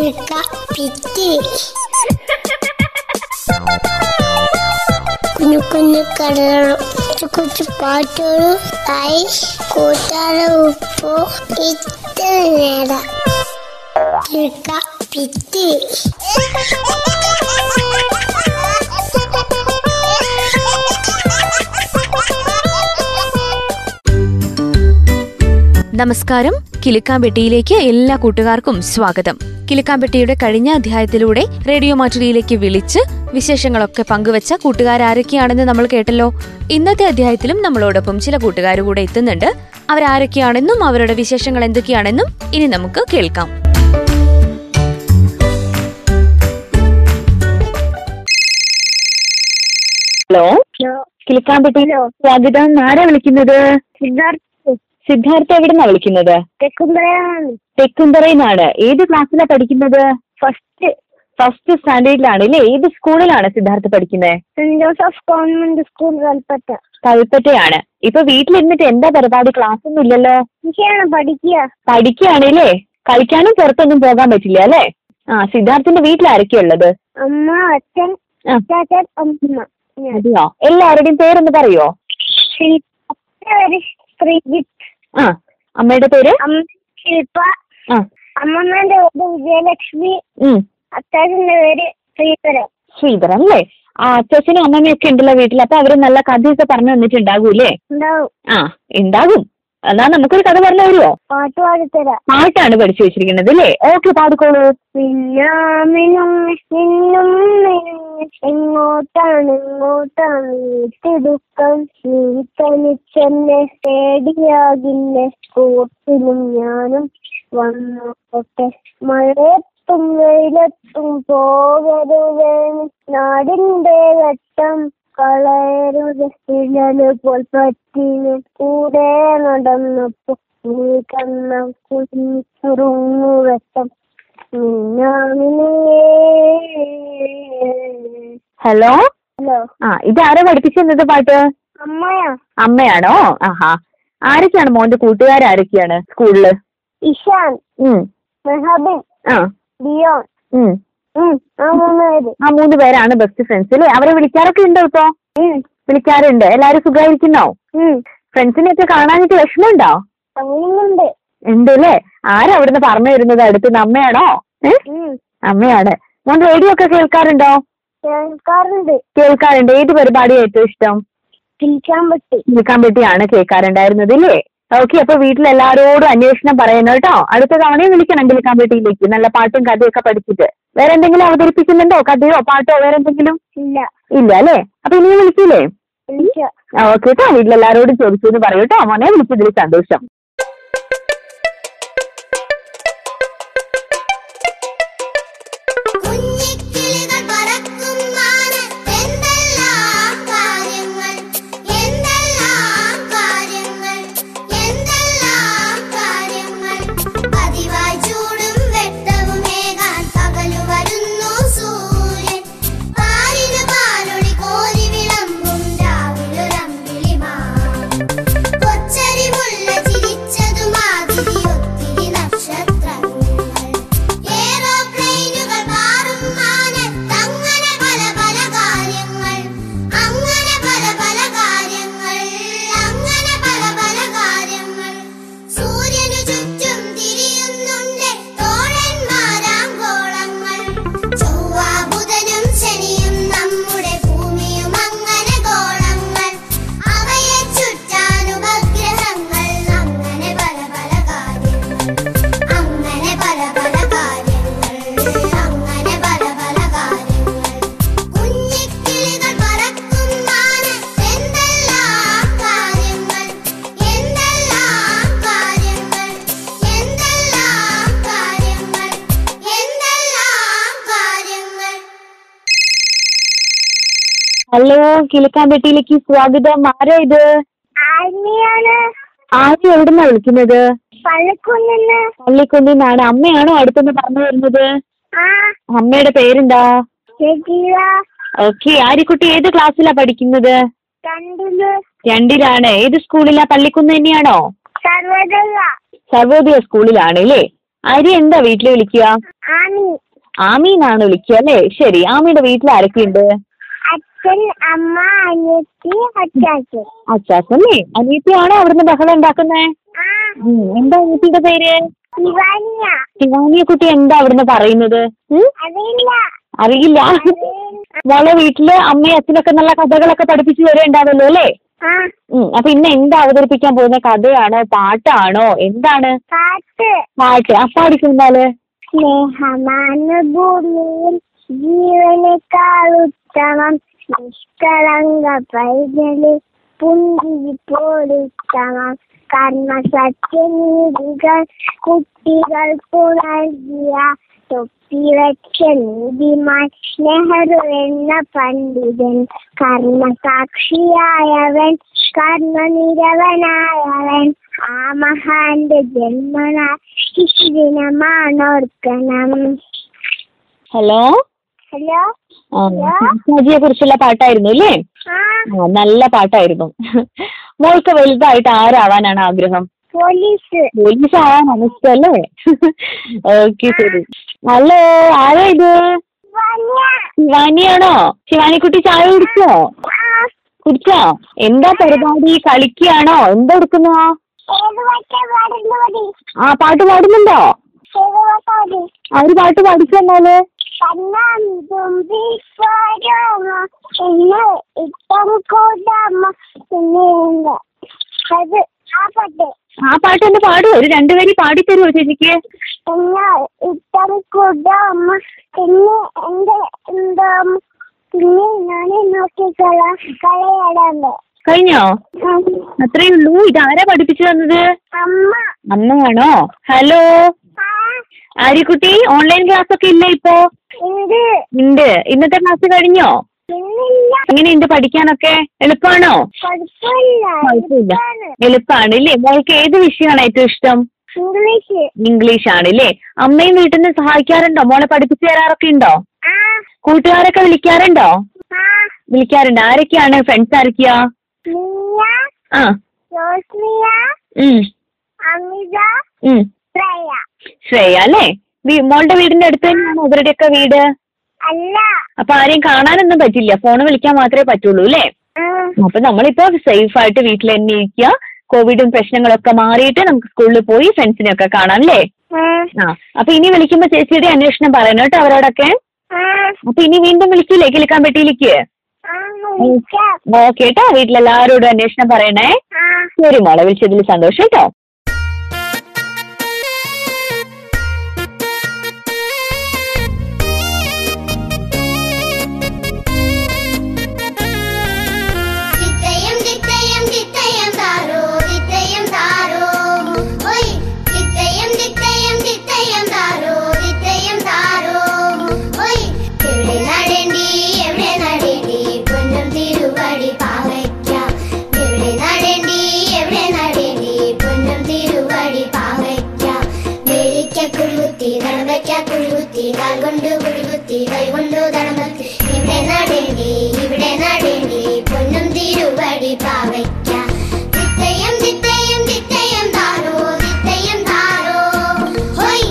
Luka Pitti. കുഞ്ഞു കുഞ്ഞു കടകളും കൊച്ചു കൊച്ചു പാട്ടുകളും ആയി കൂട്ടാതെ ഉപ്പോ ഇത്ര നേരം ലുക്ക പിറ്റി നമസ്കാരം കിലുക്കാമ്പെട്ടിയിലേക്ക് എല്ലാ കൂട്ടുകാർക്കും സ്വാഗതം കിലുക്കാമ്പെട്ടിയുടെ കഴിഞ്ഞ അധ്യായത്തിലൂടെ റേഡിയോ മാറ്റുലിയിലേക്ക് വിളിച്ച് വിശേഷങ്ങളൊക്കെ പങ്കുവച്ച കൂട്ടുകാരാരൊക്കെയാണെന്ന് നമ്മൾ കേട്ടല്ലോ ഇന്നത്തെ അധ്യായത്തിലും നമ്മളോടൊപ്പം ചില കൂട്ടുകാർ കൂടെ എത്തുന്നുണ്ട് അവരാരൊക്കെയാണെന്നും അവരുടെ വിശേഷങ്ങൾ എന്തൊക്കെയാണെന്നും ഇനി നമുക്ക് കേൾക്കാം ഹലോ ഹലോ കിളിക്കാമ്പെട്ടി ഹലോ സ്വാഗതം ആരാ വിളിക്കുന്നത് സിദ്ധാർത്ഥ് സിദ്ധാർത്ഥ എവിടുന്നാ വിളിക്കുന്നത് തെക്കുംപറയാണ് തെക്കുംതറയിന്നാണ് ഏത് ക്ലാസ്സിലാ പഠിക്കുന്നത് ഫസ്റ്റ് ഫസ്റ്റ് സ്റ്റാൻഡേർഡിലാണ് അല്ലേ ഏത് സ്കൂളിലാണ് സിദ്ധാർത്ഥ പഠിക്കുന്നത് saint Joseph government school Kalpetta കൽപ്പറ്റയാണ് ഇപ്പൊ വീട്ടിലിരുന്നിട്ട് എന്താ പരിപാടി ക്ലാസ് ഒന്നും ഇല്ലല്ലോ എനിക്കാണ് പഠിക്കുക പഠിക്കുകയാണ് അല്ലേ കളിക്കാനും പുറത്തൊന്നും പോകാൻ പറ്റില്ല അല്ലേ ആ സിദ്ധാർത്ഥിന്റെ വീട്ടിൽ ആരൊക്കെയാ ഉള്ളത് അമ്മ അച്ഛൻ ആ. അച്ചാച്ചൻ അമ്മ ഞാൻ അതെയോ എല്ലാവരുടെയും പേരൊന്ന് പറയോ ശില്പ അമ്മയുടെ പേര് ശ്രീജിത്ത് ആ അമ്മയുടെ പേര് അമ്മ ശില്പ ആ അമ്മമ്മേന്റെ പേര് വിജയലക്ഷ്മി ഉം അച്ചാച്ചന്റെ പേര് ശ്രീധരൻ ശ്രീധരൻ അല്ലേ ആ അച്ഛനും അമ്മമ്മയും ഒക്കെ ഉണ്ടല്ലോ വീട്ടിൽ അപ്പൊ അവര് നല്ല കഥയൊക്കെ പറഞ്ഞു തന്നിട്ടുണ്ടാകൂലേ ഉണ്ടാവും ആ ഉണ്ടാകും എന്നാ നമുക്കൊരു കഥ പറഞ്ഞു തരുമോ പാട്ട് പാടിത്തരാം പാട്ടാണ് പഠിച്ചു വെച്ചിരിക്കുന്നത് അല്ലേ ഓക്കെ പാടിക്കോളൂ മിന്നാമിനും മിന്നും മിന്നും എങ്ങോട്ടാണ് എങ്ങോട്ടാണ് തിടുക്കം നീ തനിച്ചെന്നെ പേടിയാകില്ല കൂട്ടിലും ഞാനും വന്നോട്ടെ മഴയത്തും വെയിലത്തും പോകരുത് നാടിന്റെ ഘട്ടം കളയരുത് ഇഴല് പോൽ പറ്റിന് കൂടെ നടന്നപ്പോ നീ കണ്ണ കുഞ്ഞുറുങ്ങുവട്ടം ഹലോ ഹലോ ആ ഇത് ആരാ പഠിപ്പിച്ചു തന്നത് പാട്ട് അമ്മയാ അമ്മയാണോ ആഹാ ആരൊക്കെയാണ് മോന്റെ കൂട്ടുകാരാരൊക്കെയാണ് സ്കൂളില് ഇഷാൻ ഉം മെഹബിൻ ആ ബിയോൺ ഉം ഉം, ആ മൂന്ന് പേര് ആ മൂന്ന് പേരാണ് ബെസ്റ്റ് ഫ്രണ്ട്സ് അല്ലേ അവരെ വിളിക്കാറൊക്കെ ഉണ്ടോ ഇപ്പൊ ഉം, വിളിക്കാറുണ്ട് എല്ലാരും സുഖമായിരിക്കുന്നോ ഉം. ഫ്രണ്ട്സിനെയൊക്കെ കാണാനായിട്ട് വിഷമമുണ്ടോ പറയുന്നുണ്ട് ഉണ്ട് അല്ലേ ആരാ അവിടുന്ന് പറഞ്ഞു തരുന്നത് അടുത്തുനിന്ന് അമ്മയാണോ ഏ ഉം, അമ്മയാണ് മോൻ റേഡിയോ ഒക്കെ കേൾക്കാറുണ്ടോ കേൾക്കാറുണ്ട് കേൾക്കാറുണ്ട് ഏത് പരിപാടി ഏറ്റവും ഇഷ്ടം തിരിക്കാൻ പറ്റി നിൽക്കാൻ പറ്റിയാണ് കേൾക്കാറുണ്ടായിരുന്നത് ഇല്ലേ ഓക്കെ അപ്പൊ വീട്ടിൽ എല്ലാരോടും അന്വേഷണം പറയുന്നു കേട്ടോ അടുത്ത തവണയും വിളിക്കണം കേൾക്കാൻ പറ്റിയിലേക്ക് നല്ല പാട്ടും കഥയൊക്കെ പഠിച്ചിട്ട് വേറെ എന്തെങ്കിലും അവതരിപ്പിക്കുന്നുണ്ടോ കഥയോ പാട്ടോ വേറെ എന്തെങ്കിലും ഇല്ല ഇല്ല അല്ലേ അപ്പൊ ഇനിയും വിളിക്കില്ലേ എനിക്ക് ഓക്കെ കേട്ടോ വീട്ടിലെല്ലാരോടും ചോദിച്ചു എന്ന് പറയൂ കേട്ടോ മോനെ വിളിച്ചതിൽ സന്തോഷം കുഞ്ഞിക്കിളികൾ പറക്കുമാണ് എന്തെല്ലാം കാര്യങ്ങൾ എന്തെല്ലാം കാര്യങ്ങൾ എന്തെല്ലാം കാര്യങ്ങൾ പതിവായി ചൂടും വെട്ടവുമേകാൻ പകലു വരുന്നു സൂര്യൻ പാലിന് പാലൊളി കോരി വിളമ്പും രാവിലൊരമ്പിളിമാ കൊച്ചരിവുള്ള ചിരിച്ചതുമാതിരി ഒത്തിരി നക്ഷത്രങ്ങൾ ഏറോപ്ലെയിനുകൾ മാറും മാനത്തങ്ങനെ പല പല കാര്യങ്ങൾ അങ്ങനെ പല പല കാര്യങ്ങൾ അങ്ങനെ പല പല കാര്യങ്ങൾ സൂര്യനു ചുറ്റും തിരിയുന്നുണ്ട് തോഴന്മാരാങ്കോളങ്ങൾ ചൊവ്വാ ബുധനും ശനിയും നമ്മുടെ ഭൂമിയും അങ്ങനെ ഗോളങ്ങൾ അവയെ ചുറ്റാൻ ഉപഗ്രഹങ്ങൾ അങ്ങനെ പല പല കാര്യങ്ങൾ അങ്ങനെ പല പല കാര്യങ്ങൾ അങ്ങനെ പല പല കാര്യങ്ങൾ കുഞ്ഞിക്കിളികൾ പറക്കുമാണ് എന്തെല്ലാം കാര്യങ്ങൾ എന്തെല്ലാം കാര്യങ്ങൾ എന്തെല്ലാം കാര്യങ്ങൾ എന്തെല്ലാം കാര്യങ്ങൾ ഹലോ കിളിക്കാൻ പറ്റിയിലേക്ക് സ്വാഗതം ആരാ ഇത് ആര്മിയാണ് ആര് എവിടുന്നാ വിളിക്കുന്നത് പള്ളിക്കുന്നിന്ന് പള്ളിക്കുന്നിന്നാണ് അമ്മയാണോ അടുത്തുനിന്ന് പറഞ്ഞു തരുന്നത് ആ അമ്മയുടെ പേരെന്താ ചേച്ചിയ ഓക്കെ ആര്യക്കുട്ടി ഏത് ക്ലാസ്സിലാ പഠിക്കുന്നത് കണ്ടില് രണ്ടിലാണ് ഏത് സ്കൂളിലാ പള്ളിക്കുന്ന് തന്നെയാണോ സർവതല്ല സർവോദയ സ്കൂളിലാണ് അല്ലേ ആര്യ എന്താ വീട്ടിൽ വിളിക്കുക ആമി ആമീനാണ് വിളിക്കുക അല്ലേ ശരി ആമിയുടെ വീട്ടിൽ ആരൊക്കെയുണ്ട് അച്ഛൻ അമ്മ അനിയത്തി അച്ചാച്ചൻ അച്ചാസല്ലേ അനിയത്തിയാണോ അവിടുന്ന് ബഹളം ഉണ്ടാക്കുന്നേ ആ ഉം, എന്താ അനിയത്തിയുടെ പേര് ശിവാനിയ ശിവാനിയെ കുട്ടി എന്താ അവിടുന്ന് പറയുന്നത് ഉം? അറിയില്ല അറിയില്ല മോളെ വീട്ടില് അമ്മയും അച്ഛനൊക്കെ നല്ല കഥകളൊക്കെ പഠിപ്പിച്ചു തരേണ്ടാവല്ലോ അല്ലേ ആ ഉം, അപ്പൊ ഇന്ന് എന്താ അവതരിപ്പിക്കാൻ പോകുന്ന കഥയാണോ പാട്ടാണോ എന്താണ് പാട്ട് പാട്ട് അപ്പാടി ചെന്നാല് സ്നേഹമാണ് ഭൂമിയിൽ ജീവനേക്കാൾ ഉത്തമം നിഷ്കളങ്ക പൈതല് പുഞ്ചിരി പോലുത്തമം കർമ്മ സത്യനീതികൾ കുട്ടികൾക്കു നൽകിയ തൊപ്പിവച്ച നീതിമാൻ നെഹ്റു എന്ന പണ്ഡിതൻ കർമ്മസാക്ഷിയായവൻ കർമ്മനിരവനായവൻ ആ മഹാന്റെ ജന്മനാൾ ശിശുദിനമാണോർക്കണം ഹലോ ഹലോ ജിയെ കുറിച്ചുള്ള പാട്ടായിരുന്നു അല്ലേ ആ ആ, നല്ല പാട്ടായിരുന്നു മോൾക്ക് വലുതായിട്ട് ആരാവാനാണ് ആഗ്രഹം പോലീസ് പോലീസ് ആവാനാണ് ഇഷ്ടം അല്ലേ ഓക്കെ ശരി ഹലോ ആരാ ഇത് വന്യ. ശിവാനിയാണോ ശിവാനിക്കുട്ടി ചായ കുടിച്ചോ ആ, കുടിച്ചോ എന്താ പരിപാടി കളിക്കുകയാണോ എന്താ എടുക്കുന്നു ഏത് വട്ട പാടുന്നു മതി ആ പാട്ട് പാടുന്നുണ്ടോ ഏത് വട്ട മതി ആ ഒരു പാട്ട് പാടിച്ചു തന്നാല് കണ്ണം തുമ്പി പോരാമോ എന്ന് ഇട്ടം കൂടാമോ എന്ന് അത് ആ പട്ട് ആ പാട്ട് ഒന്ന് പാടുമോ ഒരു രണ്ടുപേരും പാടിത്തരുമോ ചേച്ചിക്ക് എന്ന് ഇട്ടം കൂടാമോ പിന്നെ എന്റെ എന്താ പിന്നെ ഞാനേ നോക്കിക്കളാം കളയടമ്പ് കഴിഞ്ഞോ ഉം. അത്രേ ഉള്ളൂ ഇത് ആരാ പഠിപ്പിച്ചു തന്നത് അമ്മ അമ്മയാണോ ഹലോ ആ ആര്യക്കുട്ടി ഓൺലൈൻ ക്ലാസ് ഒക്കെ ഇല്ലേ ഇപ്പോ ഇത് ഉണ്ട് ഇന്നത്തെ ക്ലാസ് കഴിഞ്ഞോ ഇന്നില്ല എങ്ങനെയുണ്ട് പഠിക്കാനൊക്കെ എളുപ്പമാണോ കുഴപ്പമില്ല കുഴപ്പമില്ല ഇതാണ് എളുപ്പമാണ് ഇല്ലേ മോൾക്ക് ഏത് വിഷയമാണ് ഏറ്റവും ഇഷ്ടം ഇംഗ്ലീഷ് ഇംഗ്ലീഷ് ആണ് ഇല്ലേ അമ്മയും വീട്ടിൽ നിന്ന് സഹായിക്കാറുണ്ടോ മോളെ പഠിപ്പിച്ചു തരാറൊക്കെ ഉണ്ടോ ആ കൂട്ടുകാരൊക്കെ വിളിക്കാറുണ്ടോ ആ വിളിക്കാറുണ്ട് ആരൊക്കെയാണ് ഫ്രണ്ട്സ് ആരൊക്കെയാ മിയ ആ റോസ്മിയ ഉം അമിത ഉം ശ്രേയ ശ്രേയ അല്ലേ വീ- മോളുടെ വീടിന്റെ അടുത്ത് തന്നെയാണോ ഇവരുടെയൊക്കെ വീട് അല്ല അപ്പൊ ആരെയും കാണാനൊന്നും പറ്റില്ല ഫോണ് വിളിക്കാൻ മാത്രമേ പറ്റുള്ളൂ അല്ലേ ആ, അപ്പൊ നമ്മളിപ്പോ സേഫ് ആയിട്ട് വീട്ടിൽ തന്നെ ഇരിക്കുക കോവിഡും പ്രശ്നങ്ങളൊക്കെ മാറിയിട്ട് നമുക്ക് സ്കൂളിൽ പോയി ഫ്രണ്ട്സിനെയൊക്കെ കാണാം അല്ലേ ആ, ആ അപ്പൊ ഇനി വിളിക്കുമ്പോ ചേച്ചിയുടെ അന്വേഷണം പറയണം കേട്ടോ അവരോടൊക്കെ ആ, അപ്പൊ ഇനി വീണ്ടും വിളിക്കില്ലേ കിളിക്കാൻ പറ്റിയിലേക്ക് ആ, വിളിക്കാം. ഓക്കെ കേട്ടോ വീട്ടിലെല്ലാവരോടും അന്വേഷണം പറയണേ ആ, ശരി മോളെ വിളിച്ചതിൽ സന്തോഷം കേട്ടോ தித்தையம் தித்தையம் தித்தையம் தாரோ தித்தையம் தாரோ ஓய் தித்தையம் தித்தையம் தித்தையம் தாரோ தித்தையம் தாரோ ஓய் எவ்வளே நடேண்டி எவ்வளே நடேண்டி பொன்னும் திருவடி பாவைக்கா எவ்வளே நடேண்டி எவ்வளே நடேண்டி பொன்னும் திருவடி பாவைக்கா മേടിക്ക കുഴുകുത്തി നടവയ്ക്ക കുഴുകുത്തി കാൽ കൊണ്ട് കുഴുകുത്തി കൈ കൊണ്ട് നടമത്തി ഇവിടെ നടേണ്ടി ഇവിടെ നടേണ്ടി പൊന്നും തിരുവടി പാവയ്ക്ക തിത്തയം തിത്തയം തിത്തയം താരോ തിത്തയം താരോ ഹൊയ്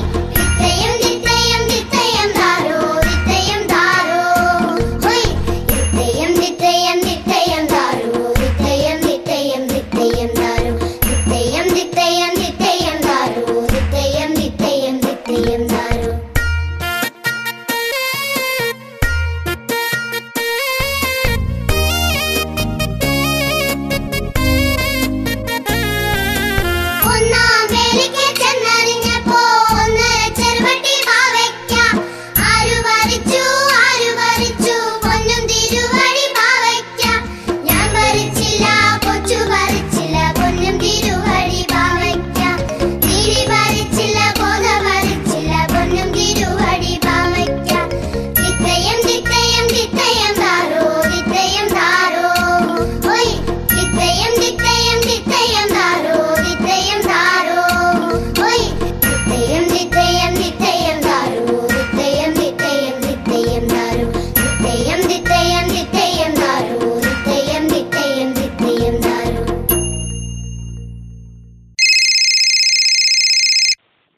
തിത്തയം തിത്തയം തിത്തയം താരോ തിത്തയം താരോ ഹൊയ് തിത്തയം തിത്തയം തിത്തയം താരോ തിത്തയം തിത്തയം തിത്തയം താരോ തിത്തയം തിത്തയം തിത്തയം താരോ തിത്തയം തിത്തയം തിത്തയം താരോ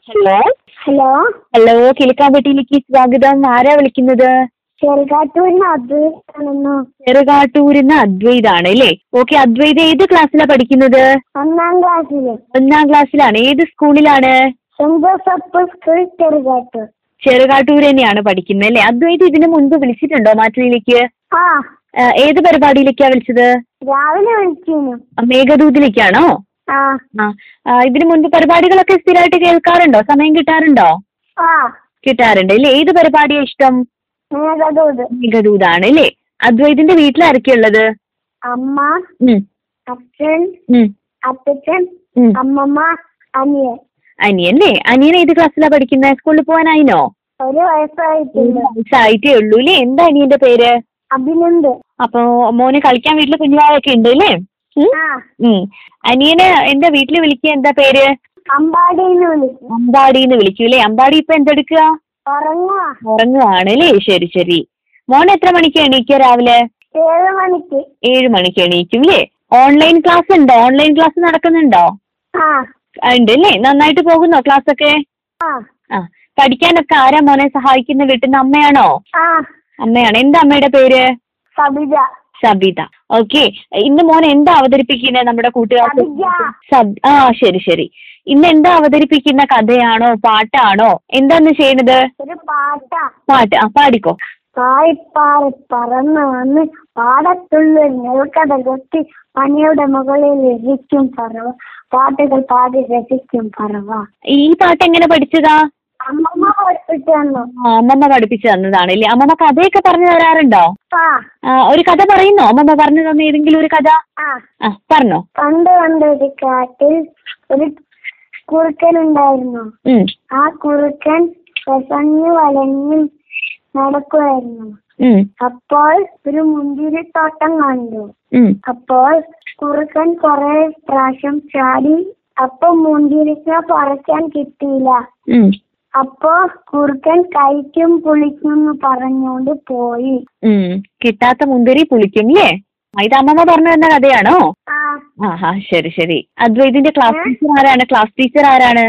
ഹലോ ഹലോ ഹലോ കിലുക്കാമ്പെട്ടിയിലേക്ക് സ്വാഗതം ആരാ വിളിക്കുന്നത് ചെറുകാട്ടൂർ അദ്വൈതാണെന്നോ ചെറുകാട്ടൂരിന്ന് അദ്വൈതാണ് അല്ലേ ഓക്കെ അദ്വൈത ഏത് ക്ലാസ്സിലാ പഠിക്കുന്നത് ഒന്നാം ക്ലാസ്സില് ഒന്നാം ക്ലാസ്സിലാണ് ഏത് സ്കൂളിലാണ് saint Joseph school Cherukattur Cherukattur തന്നെയാണ് പഠിക്കുന്നത് അല്ലേ അദ്വൈത ഇതിനു മുൻപ് വിളിച്ചിട്ടുണ്ടോ മാറ്റിലേക്ക് ആ ഏത് പരിപാടിയിലേക്കാ വിളിച്ചത് രാവിലെ വിളിച്ചിരുന്നു ആ, മേഘദൂതിലേക്കാണോ ആ ആ ആ, ഇതിനു മുൻപ് പരിപാടികളൊക്കെ സ്ഥിരമായിട്ട് കേൾക്കാറുണ്ടോ സമയം കിട്ടാറുണ്ടോ ആ കിട്ടാറുണ്ട് അല്ലേ ഏത് പരിപാടിയാ ഇഷ്ടം മേഘദൂത് മേഘദൂതാണ് അല്ലേ അദ്വൈതിന്റെ വീട്ടിലായിരിക്കുള്ളത് അമ്മ ഉം അച്ഛൻ ഉം അപ്പച്ചൻ ഉം അമ്മമ്മ അനിയൻ അനിയൻ അല്ലേ അനിയൻ ഏത് ക്ലാസ്സിലാ പഠിക്കുന്നത് സ്കൂളിൽ പോകാനായിനോ ഒരു വയസ്സായിട്ടുണ്ട് വയസ്സായിട്ടേ ഉള്ളൂ അല്ലേ എന്താ അനിയന്റെ പേര് അഭിനന്ദ് അപ്പൊ മോന് കളിക്കാൻ വീട്ടിൽ കുഞ്ഞുവാവൊക്കെ ഉണ്ട് അല്ലേ ഉം? ആ ഉം. അനിയന് എന്താ വീട്ടിൽ വിളിക്കുക എന്താ പേര് അമ്പാടിന്ന് വിളിക്കും അമ്പാടിന്ന് വിളിക്കൂ അല്ലേ അമ്പാടി ഇപ്പൊ എന്തെടുക്കുക ഉറങ്ങുവാ ഉറങ്ങുവാണ് അല്ലേ ശരി ശരി മോൻ എത്ര മണിക്ക് എണീക്കുക രാവിലെ ഏഴ് മണിക്ക് ഏഴ് മണിക്ക് എണീക്കും അല്ലേ ഓൺലൈൻ ക്ലാസ് ഉണ്ടോ ഓൺലൈൻ ക്ലാസ് നടക്കുന്നുണ്ടോ ആ ഉണ്ട് അല്ലേ നന്നായിട്ട് പോകുന്നോ ക്ലാസ് ഒക്കെ ആ ആ പഠിക്കാനൊക്കെ ആരാ മോനെ സഹായിക്കുന്ന വീട്ടിൽ നിന്ന് അമ്മയാണോ ആ അമ്മയാണ് എന്താ അമ്മയുടെ പേര് സബിത സബിത ഓക്കെ ഇന്ന് മോൻ എന്താ അവതരിപ്പിക്കുന്നത് നമ്മുടെ കൂട്ടുകാർക്ക് സബിത. സബ് ആ ശരി ശരി ഇന്ന് എന്താ അവതരിപ്പിക്കുന്ന കഥയാണോ പാട്ടാണോ എന്താന്ന് ചെയ്യണത് ഒരു പാട്ടാ പാട്ട് ആ പാടിക്കോ പായിപ്പാറി പറന്ന് വന്ന് പാടത്തുള്ളിൽ നെൽക്കട കൊത്തി പനിയുടെ മുകളിൽ രസിക്കും പറവ പാട്ടുകൾ പാടി രസിക്കും പറവ ഈ പാട്ട് എങ്ങനെ പഠിച്ചതാ അമ്മമ്മ പഠിപ്പിച്ചു തന്നു ആ, അമ്മമ്മ പഠിപ്പിച്ചു തന്നതാണ് ഇല്ലേ അമ്മമ്മ കഥയൊക്കെ പറഞ്ഞു തരാറുണ്ടോ ആ ആ, ഒരു കഥ പറയുന്നോ അമ്മമ്മ പറഞ്ഞു തന്ന ഏതെങ്കിലും ഒരു കഥ ആ ആ പറഞ്ഞോ പണ്ട് പണ്ട് ഒരു കാട്ടിൽ ഒരു കുറുക്കൻ ഉണ്ടായിരുന്നു ഉം ആ കുറുക്കൻ വിസഞ്ഞു വലഞ്ഞു നടക്കുമായിരുന്നു ഉം അപ്പോൾ ഒരു മുന്തിരിത്തോട്ടം കണ്ടു ഉം അപ്പോൾ കുറുക്കൻ കുറെ പ്രാവശ്യം ചാടി അപ്പൊ മുന്തിരിക്ക പറിക്കാൻ കിട്ടിയില്ല ഉം അപ്പോ കുറുക്കൻ കഴിക്കും പുളിക്കും എന്ന് പറഞ്ഞുകൊണ്ട് പോയി ഉം കിട്ടാത്ത മുന്തിരി പുളിക്കും ഇല്ലേ ആ, ഇത് അമ്മമ്മ പറഞ്ഞു തന്ന കഥയാണോ ആ ആഹാ ശരി ശരി അദ്വൈതിന്റെ ക്ലാസ് ടീച്ചർ ആരാണ് ക്ലാസ് ടീച്ചർ ആരാണ്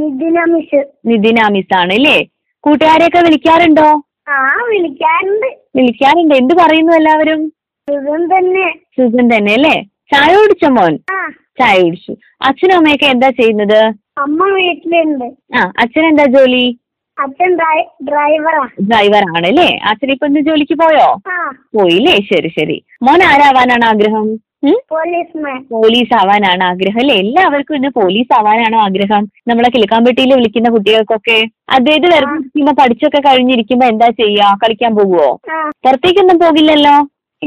നിതിന മിസ് നിതിന മിസ് ആണ് അല്ലേ കൂട്ടുകാരെയൊക്കെ വിളിക്കാറുണ്ടോ ആ വിളിക്കാറുണ്ട് വിളിക്കാറുണ്ട് എന്ത് പറയുന്നു എല്ലാവരും സുഖം തന്നെ സുഖം തന്നെ അല്ലേ ചായ കുടിച്ചോ മോൻ ആ ചായ കുടിച്ചു അച്ഛനും അമ്മയൊക്കെ എന്താ ചെയ്യുന്നത് അമ്മ വീട്ടിലുണ്ട് ആ അച്ഛൻ എന്താ ജോലി അച്ഛൻ ഡ്രൈ- ഡ്രൈവറാ ഡ്രൈവർ ആണ് അല്ലേ അച്ഛൻ ഇപ്പൊ ഇന്ന് ജോലിക്ക് പോയോ ആ പോയില്ലേ ശരി ശരി മോൻ ആരാവാനാണ് ആഗ്രഹം ഉം? പോലീസ്മാൻ പോലീസ് ആവാനാണ് ആഗ്രഹം അല്ലെ എല്ലാവർക്കും ഇന്ന് പോലീസ് ആവാനാണോ ആഗ്രഹം നമ്മളെ കിലുക്കാമ്പെട്ടിയിൽ വിളിക്കുന്ന കുട്ടികൾക്കൊക്കെ അതായത് വെറുതെ ഇരിക്കുമ്പോ പഠിച്ചൊക്കെ കഴിഞ്ഞിരിക്കുമ്പോ എന്താ ചെയ്യാ കളിക്കാൻ പോകുവോ ആ പുറത്തേക്കൊന്നും പോകില്ലല്ലോ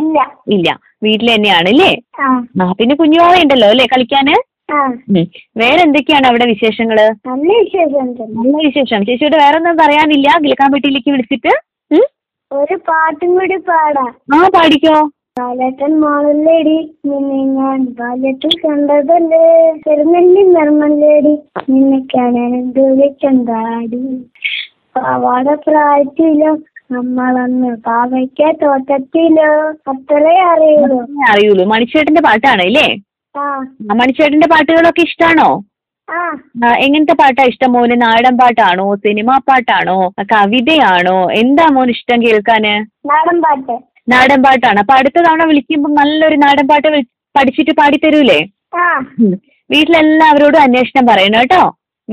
ഇല്ല ഇല്ല വീട്ടിൽ തന്നെയാണ് അല്ലേ ആ ആ പിന്നെ കുഞ്ഞുവാവ ഉണ്ടല്ലോ അല്ലേ കളിക്കാന് ആ ഉം. വേറെ എന്തൊക്കെയാണ് അവിടെ വിശേഷങ്ങള് നല്ല വിശേഷം തന്നെ നല്ല വിശേഷം ചേച്ചിയോട് വേറെ ഒന്നും പറയാനില്ല കിലുക്കാമ്പെട്ടിയിലേക്ക് വിളിച്ചിട്ട് ഉം? ഒരു പാട്ടും കൂടി പാടാ ആ പാടിക്കോ പാലറ്റൻ മാളല്ലേടി നിന്നെ ഞാൻ പാലറ്റിൽ കണ്ടതല്ലേ പെരുന്നെല്ലി നിർമ്മല്ലേടി നിന്നെ കാണാൻ ദൂരക്കണ്ടാടി പാവാട പ്രായത്തിലോ നമ്മളന്ന് പാവയ്ക്ക തോട്ടത്തിലോ അത്രേ അറിയുള്ളൂ അറിയൂലൂ മണിച്ചേട്ടന്റെ പാട്ടാണ് അല്ലേ ആ ആ, മണിച്ചേട്ടന്റെ പാട്ടുകളൊക്കെ ഇഷ്ടാണോ ആ ആ, എങ്ങനത്തെ പാട്ടാ ഇഷ്ടം മോന് നാടൻ പാട്ടാണോ സിനിമാ പാട്ടാണോ കവിതയാണോ എന്താ മോൻ ഇഷ്ടം കേൾക്കാന് നാടൻ പാട്ട് നാടൻ പാട്ടാണ് അപ്പൊ അടുത്ത തവണ വിളിക്കുമ്പോൾ നല്ലൊരു നാടൻ പാട്ട് വിളി- പഠിച്ചിട്ട് പാടിത്തരൂലേ ആ ഉം. വീട്ടിലെല്ലാവരോടും അന്വേഷണം പറയണം കേട്ടോ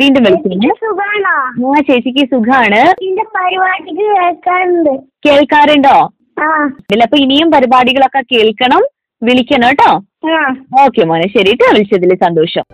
വീണ്ടും വിളിക്കുന്നു സുഖാണോ ആ ചേച്ചിക്ക് സുഖാണ് ഇതിന്റെ പരിപാടിക്ക് കേൾക്കാനുണ്ട് കേൾക്കാറുണ്ടോ ആ ഇതിൽ അപ്പൊ ഇനിയും പരിപാടികളൊക്കെ കേൾക്കണം വിളിക്കണം കേട്ടോ ആ ഓക്കെ മോനെ ശരി കേട്ടോ വിളിച്ചതിൽ സന്തോഷം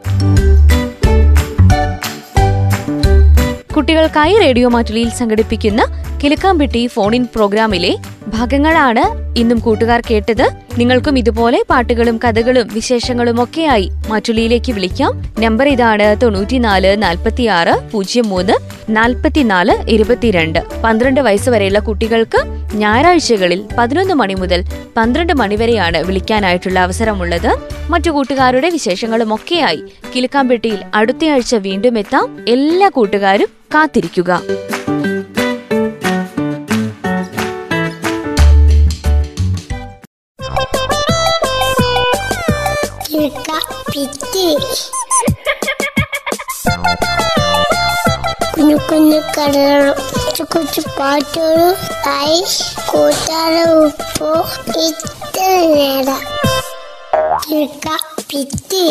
കുട്ടികൾക്കായി റേഡിയോ മാറ്റുലിയിൽ സംഘടിപ്പിക്കുന്ന കിലുക്കാമ്പെട്ടി ഫോൺ ഇൻ പ്രോഗ്രാമിലെ ഭാഗങ്ങളാണ് ഇന്നും കൂട്ടുകാർ കേട്ടത് നിങ്ങൾക്കും ഇതുപോലെ പാട്ടുകളും കഥകളും വിശേഷങ്ങളും ഒക്കെയായി മാറ്റുലിയിലേക്ക് വിളിക്കാം നമ്പർ ഇതാണ് തൊണ്ണൂറ്റിനാല് നാൽപ്പത്തിയാറ് പൂജ്യം മൂന്ന് നാൽപ്പത്തിനാല് ഇരുപത്തിരണ്ട് പന്ത്രണ്ട് വയസ്സ് വരെയുള്ള കുട്ടികൾക്ക് ഞായറാഴ്ചകളിൽ പതിനൊന്ന് മണി മുതൽ പന്ത്രണ്ട് മണി വരെയാണ് വിളിക്കാനായിട്ടുള്ള അവസരമുള്ളത് മറ്റു കൂട്ടുകാരുടെ വിശേഷങ്ങളും ഒക്കെയായി കിലുക്കാമ്പെട്ടിയിൽ അടുത്തയാഴ്ച വീണ്ടും എത്താം എല്ലാ കൂട്ടുകാരും കാത്തിരിക്കുക കിലുക്ക പിറ്റി കുഞ്ഞു കുഞ്ഞു കടകളും കൊച്ചു കൊച്ചു പാട്ടുകളും ആയി കൂട്ടാറ ഉപ്പോ ഇത്ര നേരം കിഴക്ക പിത്തി